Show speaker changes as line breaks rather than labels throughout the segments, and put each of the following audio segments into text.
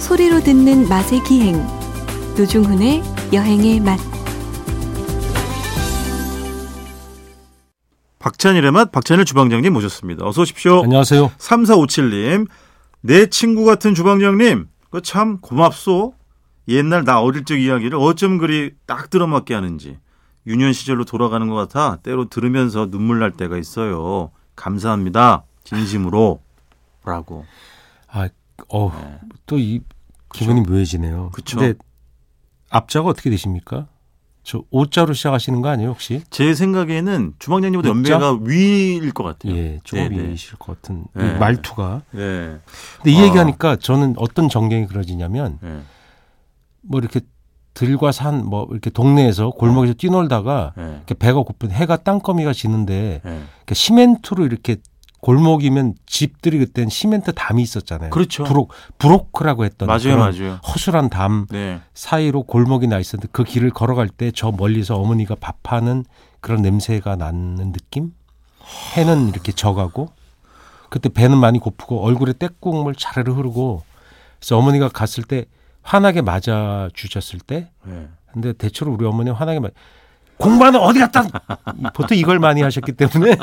소리로 듣는 맛의 기행 노중훈의 여행의 맛
박찬일의 맛 박찬일 주방장님 모셨습니다. 어서 오십시오.
안녕하세요.
3457님. 내 친구 같은 주방장님. 그 참 고맙소. 옛날 나 어릴 적 이야기를 어쩜 그리 딱 들어맞게 하는지. 유년 시절로 돌아가는 것 같아 때로 들으면서 눈물 날 때가 있어요. 감사합니다. 진심으로. 라고.
아, 어, 또 이 기분이 묘해지네요.
네. 그쵸.
근데 앞자가 어떻게 되십니까? 저 오자로 시작하시는 거 아니에요, 혹시?
제 생각에는 주방장님보다
있죠?
연배가 위일 것 같아요.
예,
네, 네.
조업이실 것 같은 이
네.
말투가.
네.
근데 이
아.
얘기하니까 저는 어떤 전경이 그려지냐면
네.
뭐 이렇게 들과 산 뭐 이렇게 동네에서 골목에서 뛰놀다가
네.
이렇게 배가 고픈 해가 땅거미가 지는데
네.
이렇게 시멘트로 이렇게 골목이면 집들이 그땐 시멘트 담이 있었잖아요.
그렇죠.
브로 브로크라고 했던
맞아요,
그런
맞아요.
허술한 담
네.
사이로 골목이 나 있었는데 그 길을 걸어갈 때 저 멀리서 어머니가 밥하는 그런 냄새가 나는 느낌? 해는 이렇게 져가고 그때 배는 많이 고프고 얼굴에 떼국물 차르르 흐르고 그래서 어머니가 갔을 때 환하게 맞아 주셨을 때
네.
근데 대체로 우리 어머니 환하게 맞 공부하는 어디 갔다 보통 이걸 많이 하셨기 때문에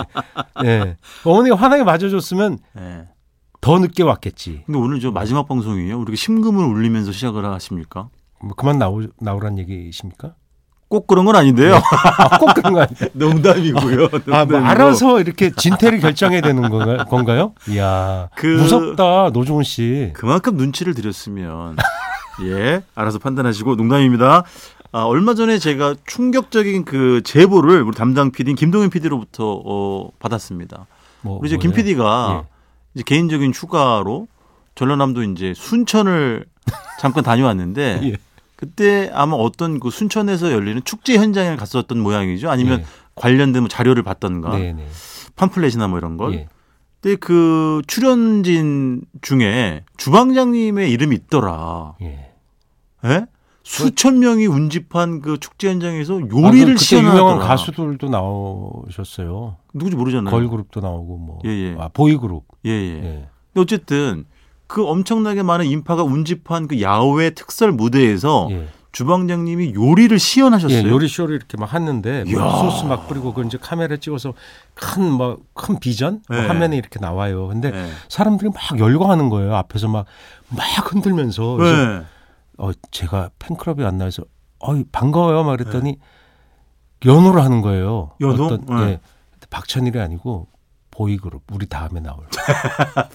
예 어머니가 환하게 맞아줬으면
네.
더 늦게 왔겠지
근데 오늘 저 마지막 방송이에요. 우리가 심금을 울리면서 시작을 하십니까?
뭐 그만 나오 나오란 얘기이십니까?
꼭 그런 건 아닌데요.
아, 꼭 그런 거 아니에요?
네. 농담이고요.
아, 뭐
네, 농담이고.
알아서 이렇게 진퇴를 결정해야 되는 건가- 건가요? 이야,
그-
무섭다 노종훈 씨.
그만큼 눈치를 드렸으면 예 알아서 판단하시고 농담입니다. 아, 얼마 전에 제가 충격적인 그 제보를 우리 담당 PD인 김동현 PD로부터 어, 받았습니다.
뭐,
우리 이제 김
뭐예요?
PD가 이제 개인적인 휴가로 전라남도 이제 순천을 잠깐 다녀왔는데
예.
그때 아마 어떤 그 순천에서 열리는 축제 현장에 갔었던 모양이죠. 아니면
예.
관련된 뭐 자료를 봤던가
네, 네.
팜플렛이나 뭐 이런 걸.
예.
근데 그 출연진 중에 주방장님의 이름이 있더라.
예.
예? 수천 명이 운집한 그 축제 현장에서
아, 그-
요리를
그때
시연하더라.
유명한 가수들도 나오셨어요.
누군지 모르잖아요.
걸그룹도 나오고 뭐,
네. 예, 예.
아, 보이그룹.
예, 예.
예.
근데 어쨌든 그 엄청나게 많은 인파가 운집한 그 야외 특설 무대에서
예.
주방장님이 요리를 어. 시연하셨어요.
예, 요리 쇼를 이렇게 막 하는데 뭐
이야.
소스 막 뿌리고 그 이제 카메라 찍어서 큰 막 큰 비전 뭐
예.
화면에 이렇게 나와요. 근데
예.
사람들이 막 열광하는 거예요. 앞에서 막 막 흔들면서 그래서
예.
어, 제가 팬클럽에 안 나와서 어이 반가워요 막 그랬더니 연호를 하는 거예요.
연호? 네.
예. 박찬일이 아니고 보이그룹 우리 다음에 나올.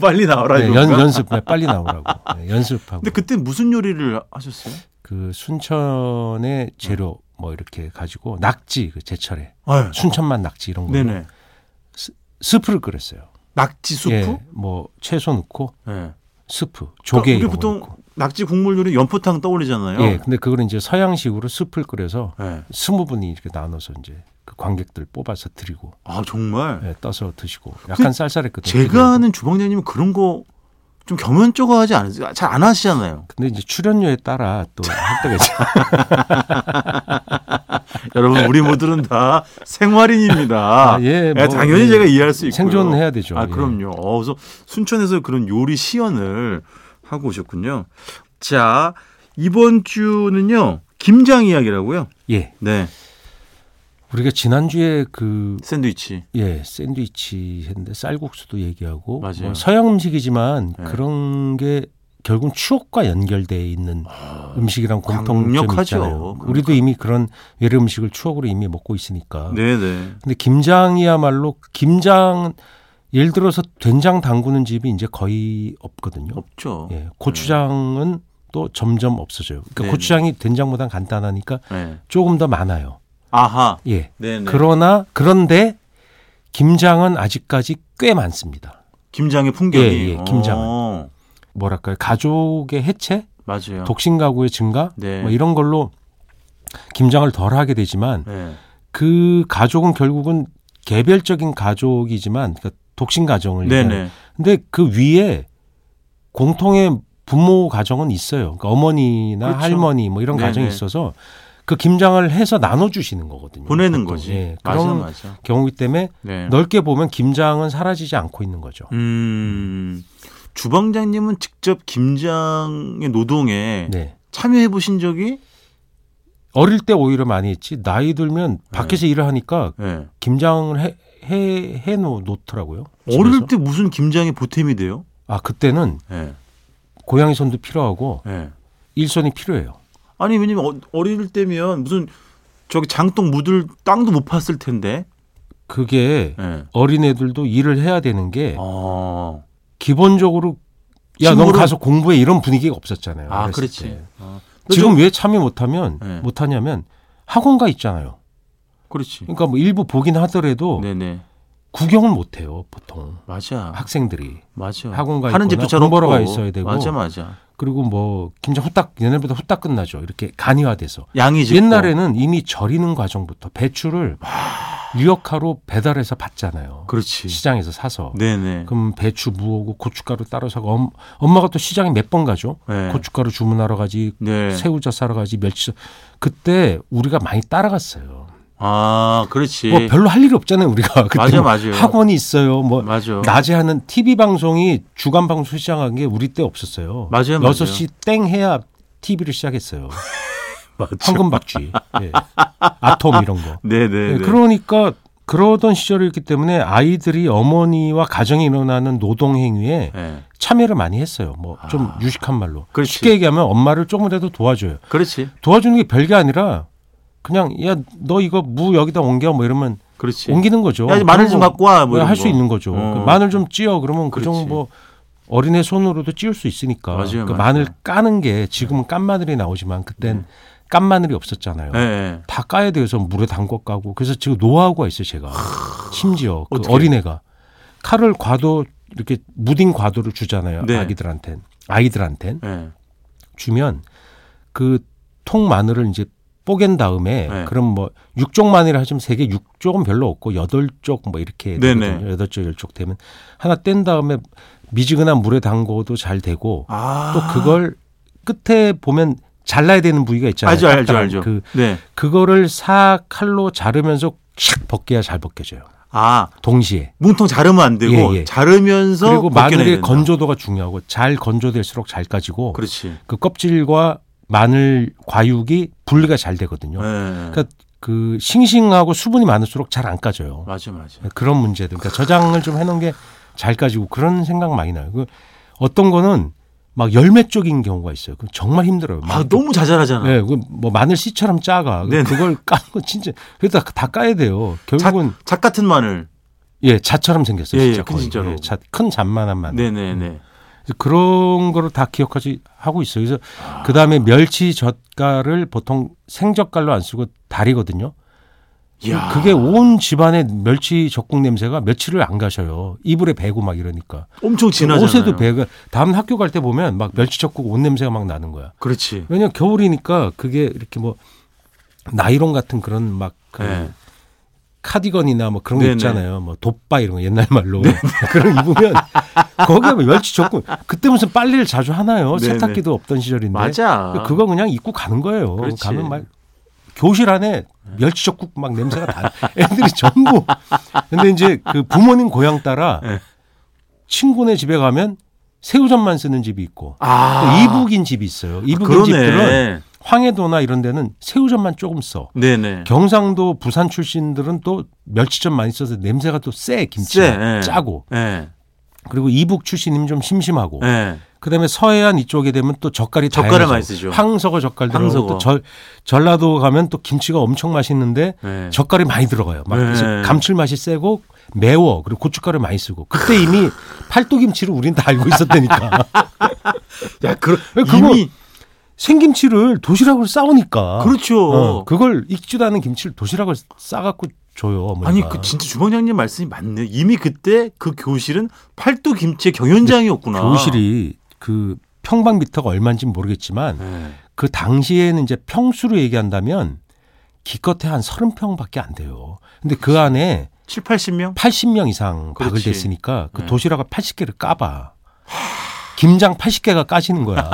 빨리 나와라
네,
이건가?
연, 연습 네, 빨리 나오라고 네, 연습하고.
근데 그때 무슨 요리를 하셨어요?
그 순천의 재료 뭐 이렇게 가지고 낙지 그 제철에
아,
순천만 낙지 이런 거
네네.
스프를 끓였어요.
낙지 수프.
예, 뭐 채소 넣고
예.
스프 조개
그러니까 우리
이런 거
보통
넣고.
낙지 국물 요리 연포탕 떠올리잖아요.
예, 근데 그걸 이제 서양식으로 스프를 끓여서
예.
스무 분이 이렇게 나눠서 이제 그 관객들 뽑아서 드리고
아 정말.
예, 떠서 드시고 약간 그 쌀쌀했거든요.
그 제가 아는 주방장님은 그런 거 좀 겸연쩍어하지 않으세요? 아, 잘 안 하시잖아요.
근데 이제 출연료에 따라 또 할 때가 있어요.
여러분 우리 모두는 다 생활인입니다.
아, 예,
예,
뭐,
당연히
예.
제가 이해할 수 있고요.
생존해야 되죠.
아
예.
그럼요. 어, 그래서 순천에서 그런 요리 시연을 하고 오셨군요. 자 이번 주는요 김장 이야기라고요.
예.
네
우리가 지난주에 그,
샌드위치.
예, 샌드위치 했는데 쌀국수도 얘기하고.
맞아요.
뭐 서양 음식이지만
예.
그런 게 결국 추억과 연결돼 있는 음식이랑 공통점이
아, 강력하죠.
있잖아요.
그러니까.
우리도 이미 그런 외래 음식을 추억으로 이미 먹고 있으니까.
네네.
근데 김장이야말로 김장 예를 들어서 된장 담그는 집이 이제 거의 없거든요.
없죠.
예, 고추장은 또 점점 없어져요. 그러니까
네네.
고추장이 된장보다 간단하니까
네.
조금 더 많아요.
아하.
예.
네네.
그러나 그런데 김장은 아직까지 꽤 많습니다.
김장의 풍경이.
예, 예, 김장은.
어,
뭐랄까요? 가족의 해체,
맞아요.
독신 가구의 증가,
어. 네.
뭐 이런 걸로 김장을 덜 하게 되지만
네.
그 가족은 결국은 개별적인 가족이지만 그러니까 독신 가정을 얘기하는.
네네.
근데 그 위에 공통의 부모 가정은 있어요. 그러니까 어머니나
그렇죠.
할머니 뭐 이런
네네.
가정이 있어서 그 김장을 해서 나눠주시는 거거든요.
보내는
보통.
거지.
예,
맞아,
그런
맞아.
경우이기 때문에
네.
넓게 보면 김장은 사라지지 않고 있는 거죠.
음, 주방장님은 직접 김장의 노동에
네.
참여해 보신 적이?
어릴 때 오히려 많이 했지 나이 들면
네.
밖에서 일을 하니까
예.
김장을 해, 해, 해 놓- 놓더라고요.
어릴
집에서.
때 무슨 김장이 보탬이 돼요?
아 그때는
예.
고양이 손도 필요하고
예.
일손이 필요해요.
아니 왜냐면 어- 어릴 때면 무슨 저기 장독 묻을 땅도 못 팠을 텐데.
그게
예.
어린 애들도 일을 해야 되는 게
아,
기본적으로 야 넌
친구를-
가서 공부해 이런 분위기가 없었잖아요.
아
어렸을
그렇지.
때.
아,
지금 왜 참여 못하면
네.
못하냐면 학원가 있잖아요.
그렇지.
그러니까 뭐 일부 보긴
어.
하더라도
네네.
구경을 못해요 보통
맞아.
학생들이
맞아.
학원 가
하는
있거나
집도 잘
공부하러 가
없고.
있어야 되고.
맞아 맞아.
그리고 뭐 김장 후딱 얘네보다 후딱 끝나죠. 이렇게 간이화돼서
양이 집
옛날에는 이미 절이는 과정부터 배추를 유역화로 배달해서 받잖아요.
그렇지.
시장에서 사서.
네네.
그럼 배추 무오고 고춧가루 따로 사고 엄, 엄마가 또 시장에 몇 번 가죠.
네.
고춧가루 주문하러 가지
네.
새우젓 사러 가지 멸치젓 그때 우리가 많이 따라갔어요.
아 그렇지.
뭐 별로 할 일이 없잖아요 우리가 그때
맞아,
뭐
맞아요.
학원이 있어요 뭐
맞아.
낮에 하는 TV 방송이 주간 방송 시작한 게 우리 때 없었어요.
맞아요, 맞아요.
6시 땡 해야 TV를 시작했어요. 황금박쥐, 예. 아톰 이런 거.
네네.
예,
네.
그러니까 그러던 시절이었기 때문에 아이들이 어머니와 가정에 일어나는 노동 행위에
예.
참여를 많이 했어요. 뭐 좀
아.
유식한 말로.
그렇지.
쉽게 얘기하면 엄마를 조금이라도 도와줘요.
그렇지.
도와주는 게 별게 아니라 그냥 야 너 이거 무 여기다 옮겨 뭐 이러면
그렇지.
옮기는 거죠.
야, 이제 마늘 좀
그런 거 네,
갖고 와. 뭐 이런
할 수
거.
있는 거죠.
어.
그 마늘 좀 찧어 그러면 그
그렇지.
정도 뭐 어린애 손으로도 찧을 수 있으니까.
맞아요, 음.
그
맞아요.
마늘 까는 게 지금은 깐 마늘이 나오지만 그땐 깐 마늘이 없었잖아요.
예, 예.
다 까야 돼서 물에 담궈 까고 그래서 지금 노하우가 있어요 제가 심지어 그
어떻게?
어린애가 칼을 과도 이렇게 무딘 과도를 주잖아요
네.
아기들한텐 아이들한텐
예.
주면 그 통 마늘을 이제 뽀갠 다음에
네.
그럼 뭐 육쪽 마늘 하시면 세개 육쪽은 별로 없고 여덟 쪽 뭐 이렇게
네네.
되거든요. 여덟 쪽 열쪽 되면 하나 뗀 다음에 미지근한 물에 담궈도 잘 되고
아.
또 그걸 끝에 보면 잘라야 되는 부위가 있잖아요.
알죠, 알죠,
딱딱한
알죠.
그
네.
그거를 사 칼로 자르면서 샥 벗겨야 잘 벗겨져요.
아,
동시에.
문통 자르면 안 되고
예, 예.
자르면서
그리고
벗겨내야
마늘의
된다.
건조도가 중요하고 잘 건조될수록 잘 까지고 그
그렇지.
껍질과 마늘 과육이 분리가 잘 되거든요.
예, 예.
그러니까 그 싱싱하고 수분이 많을수록 잘 안 까져요.
맞아, 맞아.
그런 문제들. 그러니까 저장을 좀 해놓은 게 잘 까지고 그런 생각 많이 나요. 그 어떤 거는 막 열매 쪽인 경우가 있어요. 그 정말 힘들어요. 막
아, 너무 자잘하잖아.
예, 그 뭐 마늘 씨처럼 작아.
네네.
그걸 까는 건 진짜 그래도 다, 다 까야 돼요.
잣,
결국은
잣 같은 마늘.
예, 잣처럼 생겼어요.
예, 예,
진짜
큰
거의.
진짜로.
예, 잣, 큰 잣만한 마늘.
네네네.
그래서 그런 거를 다 기억하지 하고 있어요. 그래서 그
아.
다음에 멸치 젓갈을 보통 생젓갈로 안 쓰고 다리거든요.
이야.
그게 온 집안의 멸치 적국 냄새가 며칠을 안 가셔요. 이불에 배고 막 이러니까.
엄청 진하잖아.
옷에도 배가 다음 학교 갈 때 보면 막 멸치 적국 온 냄새가 막 나는 거야.
그렇지.
왜냐면 겨울이니까 그게 이렇게 뭐 나이론 같은 그런 막 그
예.
카디건이나 뭐 그런 거
네네. 네.
있잖아요. 뭐 돗바 이런 거 옛날 말로 그런 거 입으면 거기에 뭐 멸치 조금 그때 무슨 빨래를 자주 하나요?
네네.
세탁기도 없던 시절인데
맞아.
그거 그냥 입고 가는 거예요.
그렇지.
가면 막 교실 안에 멸치 적국 막 냄새가 다 애들이 전부. 근데 이제 그 부모님 고향 따라
네.
친구네 집에 가면 새우젓만 쓰는 집이 있고
아.
또 이북인 집이 있어요. 이북인 집들은
그러네.
황해도나 이런 데는 새우젓만 조금 써.
네네.
경상도 부산 출신들은 또 멸치젓 많이 써서 냄새가 또 쎄 김치
쎄, 예.
가 짜고
예.
그리고 이북 출신이면 좀 심심하고
예.
그다음에 서해안 이쪽에 되면 또 젓갈이
젓갈을
다양해서
많이 쓰죠.
황석어 젓갈 들어가고
황석어.
또 절, 전라도 가면 또 김치가 엄청 맛있는데
예.
젓갈이 많이 들어가요. 막
네.
그래서 감칠맛이 세고 매워 그리고 고춧가루 많이 쓰고 그때 이미 팔도김치를 우린 다 알고 있었다니까
야, 그,
왜 그거-
이미
생김치를 도시락으로 싸우니까
그렇죠.
어, 그걸 익지도 않은 김치를 도시락을 싸갖고 줘요. 어머니가.
아니 그 진짜 주방장님 말씀이 맞네. 이미 그때 그 교실은 팔도 김치의 경연장이었구나.
교실이 그 평방미터가 얼마인지 는 모르겠지만
예.
그 당시에는 이제 평수로 얘기한다면 기껏해 한 30평밖에 안 돼요. 근데 그 안에
7, 80명?
80명 이상 박을
그렇지.
댔으니까 그
네.
도시락을 80개를 까봐. 김장 80개가 까지는 거야.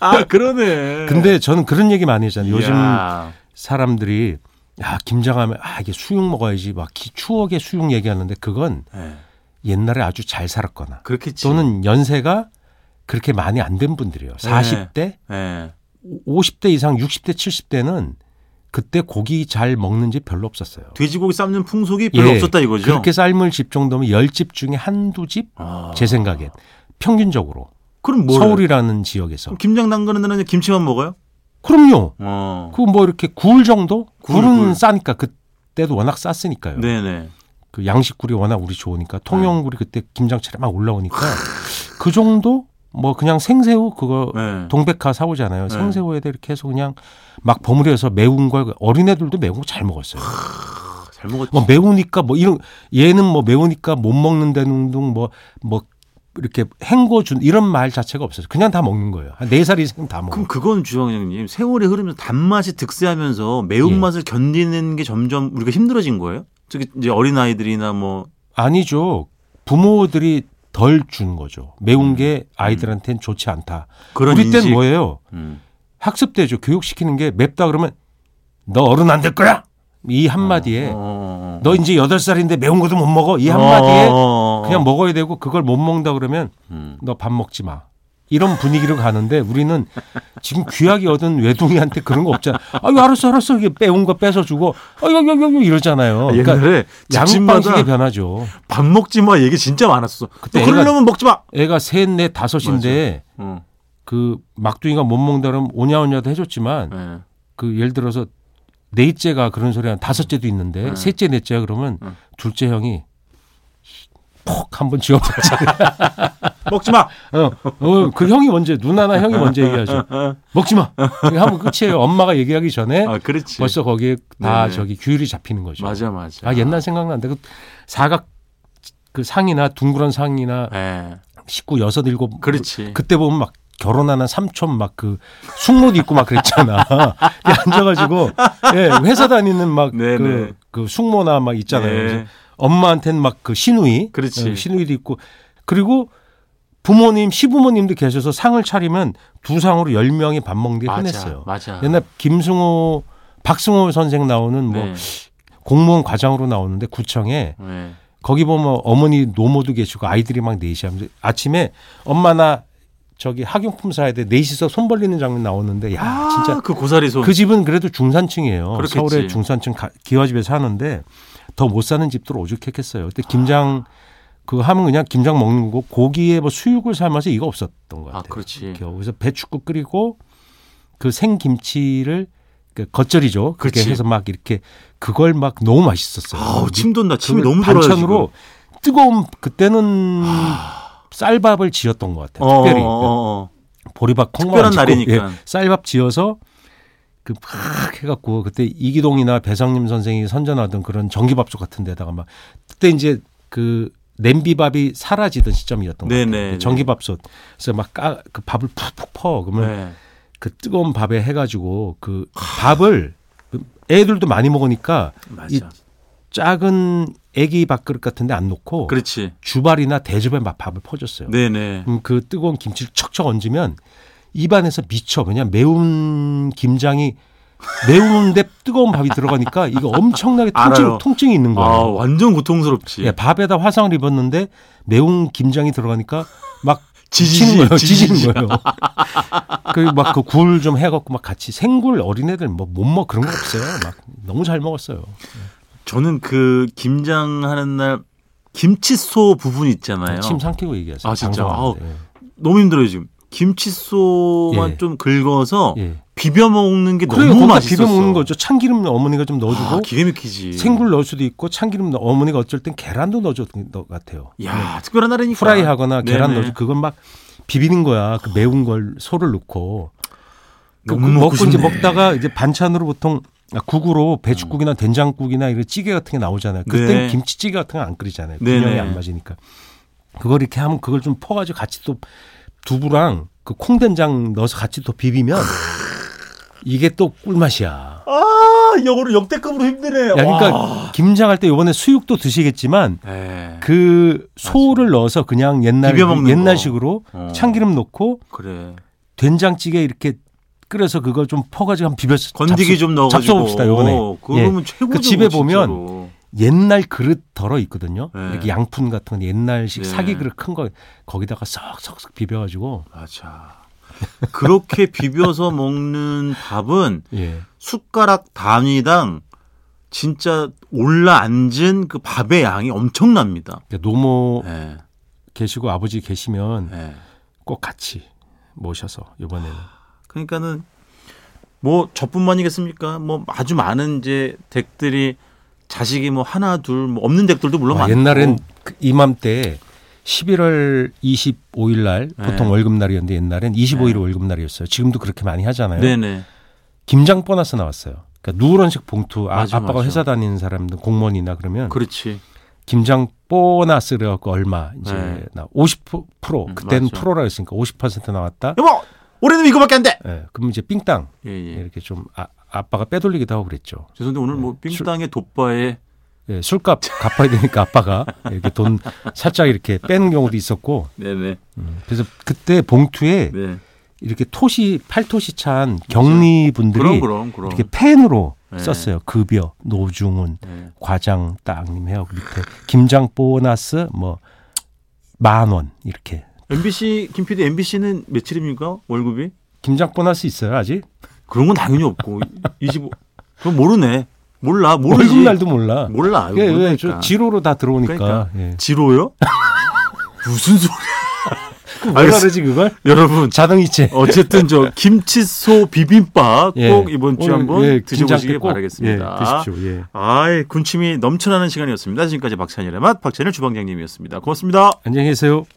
아 그러네.
근데 저는 그런 얘기 많이 하잖아요. 요즘
이야.
사람들이 야 김장하면 아 이게 수육 먹어야지 막 기- 추억의 수육 얘기하는데 그건
예.
옛날에 아주 잘 살았거나
그렇겠지.
또는 연세가 그렇게 많이 안 된 분들이에요. 40대,
예.
50대 이상, 60대, 70대는 그때 고기 잘 먹는지 별로 없었어요.
돼지고기 삶는 풍속이 별로
예,
없었다 이거죠.
그렇게 삶을 집 정도면 10집 중에 한두 집?
아.
제 생각엔. 평균적으로.
그럼 뭐
서울이라는 지역에서.
김장 담그는 데는 그냥 김치만 먹어요?
그럼요.
어.
그 뭐 이렇게 굴 정도?
굴,
굴은
굴.
싸니까 그때도 워낙 쌌으니까요.
네네. 네.
그 양식굴이 워낙 우리 좋으니까 통영굴이 그때 김장철에 막 올라오니까 그 정도 뭐 그냥 생새우 그거
네.
어, 동백화 사오잖아요.
네.
생새우에다 이렇게 해서 그냥 막 버무려서 매운 걸 어린애들도 매운 거 잘 먹었어요.
아, 잘 먹었지.
뭐 매우니까 뭐 이런 얘는 뭐 매우니까 못 먹는다는 등뭐뭐 이렇게 행거 준 이런 말 자체가 없어요. 그냥 다 먹는 거예요. 한 네 살이 생다 먹어.
그럼 그건 주방장님 세월의 흐름에서 단맛이 득세하면서
예.
매운맛을 견디는 게 점점 우리가 힘들어진 거예요? 저기 이제 어린 아이들이나 뭐
아니죠. 부모들이 덜 주는 거죠. 매운 게 아이들한테는 좋지 않다.
음. 그런
우리
인식.
때는 뭐예요?
음.
학습대죠. 교육시키는 게 맵다 그러면 너 어른 안 될 거야. 이 한마디에
어, 어, 어.
너 이제 여덟 살인데 매운 것도 못 먹어. 예. 이 한마디에
어, 어, 어.
그냥 먹어야 되고 그걸 못 먹는다 그러면
음.
너 밥 먹지 마. 이런 분위기로 가는데 우리는 지금 귀하게 얻은 외동이한테 그런 거 없잖아. 아유 알았어 알았어 이게 빼온 거 뺏어 주고 아유 아유 아유 아유 이러잖아요. 그러니까
옛날에
양방식이
집집마다
변하죠.
밥 먹지 마 얘기 진짜 많았어.
그때
너 그러려면 먹지 마.
애가 셋넷 다섯인데
어,
그 막둥이가 못 먹는다 그러면 오냐오냐도 해줬지만
예.
그 예를 들어서 넷째가 그런 소리 한 다섯째도 있는데
음.
셋째 넷째야 그러면
음.
둘째 형이 폭 한번 쥐어맞지.
먹지 마.
어, 어, 그 형이 먼저 누나나 형이 먼저 얘기하죠. 먹지 마. 그냥 하면 끝이에요. 엄마가 얘기하기 전에
아 그렇지.
벌써 거기에 다
네네.
저기 규율이 잡히는 거죠.
맞아 맞아.
아, 옛날 생각난다. 그 사각 그 상이나 둥그런 상이나
예.
식구 여섯 일곱 뭐
그렇지.
그때 보면 막 결혼하는 삼촌 막 그 숙모도 있고 막 그랬잖아. 이렇게 앉아가지고 예, 회사 다니는 막
네네.
그 숙모나 막 있잖아요.
예.
그래서 엄마한테는 막 그 시누이,
그렇지.
예, 시누이도 있고 그리고 부모님, 시부모님도 계셔서 상을 차리면 두 상으로 열 명이 밥 먹는 게 흔했어요.
맞아.
옛날 김승호, 박승호 선생 나오는 뭐
네.
공무원 과장으로 나오는데 구청에
네.
거기 보면 어머니 노모도 계시고 아이들이 막 내시하면서 아침에 엄마 나 저기 학용품 사야 돼 넷이서 손 벌리는 장면 나오는데 야
아,
진짜
그 고사리 손.
그 집은 그래도 중산층이에요.
그렇겠지.
서울의 중산층 가- 기와집에 사는데 더 못 사는 집들 오죽했겠어요. 그때 김장
아.
그 하면 그냥 김장 먹는 거고 고기에 뭐 수육을 삶아서 이거 없었던 것 같아요.
아, 그렇지.
겨우. 그래서 배추국 끓이고 그 생김치를 그 겉절이죠. 그렇게
그렇지.
해서 막 이렇게 그걸 막 너무 맛있었어요.
아우,
미-
침 돈다. 침이
그걸
너무 돌아요.
반찬으로 뜨거운 그때는 쌀밥을 지었던 것 같아요.
어,
특별히 네.
어, 어, 어.
보리밥 콩밥
특별한
짓고, 예,
날이니까.
쌀밥 지어서 그 막 해갖고 그때 이기동이나 배상림 선생이 선전하던 그런 전기밥솥 같은 데다가 막 그때 이제 그 냄비밥이 사라지던 시점이었던
네네,
것 같아요.
네.
그 전기밥솥 그래서 막그 밥을 푹푹 퍼 그러면
네.
그 뜨거운 밥에 해가지고 그 밥을 그 애들도 많이 먹으니까
맞아.
이 작은 애기 밥그릇 같은데 안 놓고
그렇지.
주발이나 대접에 막 밥을 퍼줬어요.
네네.
그럼 그 뜨거운 김치를 척척 얹으면 입안에서 미쳐. 왜냐 매운 김장이 매운데 뜨거운 밥이 들어가니까 이거 엄청나게
알아요.
통증, 통증이 있는
아,
거예요.
완전 고통스럽지.
음, 예, 밥에다 화상을 입었는데 매운 김장이 들어가니까 막
지지지,
미치는 거예요.
지지지.
지지는 거예요. 그리고 막 그 굴 좀 해갖고 막 같이 생굴 어린애들 뭐 못 먹 그런 거 없어요. 막 너무 잘 먹었어요.
저는 그 김장하는 날 김치소 부분 있잖아요.
침 삼키고 얘기하세요.
아, 진짜?
방송하는데.
너무 힘들어요, 지금. 김치소만
예.
좀 긁어서
예.
비벼 먹는 게
그래요.
너무
그러니까 거기다
맛있었어.
비벼 먹는 거죠. 참기름 어머니가 좀 넣어주고
아, 기가 막히지.
생굴 넣을 수도 있고 참기름 넣- 어머니가 어쩔 땐 계란도 넣어줬던 것 같아요.
야, 특별한 날이니까.
네. 프라이하거나 계란
아, 네네.
넣어주 그건 막 비비는 거야. 그 매운 걸 소를 넣고 그
너무
먹고
먹고
이제
싶네.
먹다가 이제 반찬으로 보통 아, 국으로 배추국이나 된장국이나 이런 찌개 같은 게 나오잖아요. 그때
음. 네.
는 김치찌개 같은 거 안 끓이잖아요.
네네.
균형이 안 맞으니까 그걸 이렇게 하면 그걸 좀 퍼가지고 같이 또 두부랑 그 콩된장 넣어서 같이 또 비비면 이게 또 꿀맛이야.
아, 영어로 역대급으로 힘드네.
야, 그러니까 김장할 때 이번에 수육도 드시겠지만
예.
그 소를 넣어서 그냥 옛날
비벼 먹는 거.
옛날식으로
어.
참기름 넣고
그래.
된장찌개 이렇게 끓여서 그걸 좀 퍼가지고 한 비벼서
건더기
잡수-
좀 넣어가지고.
잡숴봅시다, 요번에.
오, 그러면
예.
최고죠. 뭐,
그 집에 보면
진짜로.
옛날 그릇 덜어 있거든요.
네.
이렇게 양푼 같은 건 옛날식
네.
사기 그릇 큰 거 거기다가 쏙쏙쏙 비벼가지고
맞아. 그렇게 비벼서 먹는 밥은
예.
숟가락 단위당 진짜 올라앉은 그 밥의 양이 엄청납니다.
그러니까 노모
예.
계시고 아버지 계시면
예.
꼭 같이 모셔서 이번에는
그러니까는 뭐 저뿐만이겠습니까? 뭐 아주 많은 이제 댁들이 자식이 뭐 하나 둘 뭐 없는 댁들도 물론
와,
많고
아, 옛날엔 그 이맘때 11월 25일 날
네.
보통 월급 날이었는데 옛날엔 25일
네.
월급 날이었어요. 지금도 그렇게 많이 하잖아요.
네네
김장 보너스 나왔어요. 그러니까 누런식 봉투 아,
맞아,
빠가
맞아.
회사 다니는 사람들 공무원이나 그러면
그렇지
김장 보너스를 갖고 얼마 이제
네.
나 50% 프로
음,
그때는
맞아.
프로라 했으니까 50% 나왔다.
여보 올해는 이거밖에 안 돼.
예. 그럼 이제 삥땅
예, 예.
이렇게 좀 아, 아빠가 빼돌리기도 하고 그랬죠.
죄송한데 오늘 뭐
술-
빙땅의 돗바에
예, 술값 갚아야 되니까 아빠가 이렇게 돈 살짝 이렇게 빼는 경우도 있었고
네네
음, 그래서 그때 봉투에
네
이렇게 토시 팔토시 찬 격리 분들이
그럼 그럼 그럼
이렇게 펜으로
네.
썼어요. 급여, 노중훈,
네.
과장 땅님 해하고 밑에 김장 보너스 뭐 만 원 이렇게
MBC 김 PD MBC는 며칠입니까 월급이?
김장 보너스 있어요 아직
그런 건 당연히 없고 25 그럼 모르네 몰라 모르지
월급 날도 몰라.
몰라
그게 왜
모르니까.
저 지로로 다 들어오니까
그러니까.
예.
지로요? 무슨 소리야?
왜
알겠습니다.
다르지 그걸
여러분
자동이체
어쨌든 저 김치소 비빔밥
예.
꼭 이번 주에
오늘,
한번
예, 김장 때
드셔보시길
꼭,
바라겠습니다.
예, 드십시오. 예.
아이 군침이 넘쳐나는 시간이었습니다. 지금까지 박찬일의 맛 박찬일 주방장님이었습니다. 고맙습니다.
안녕히 계세요.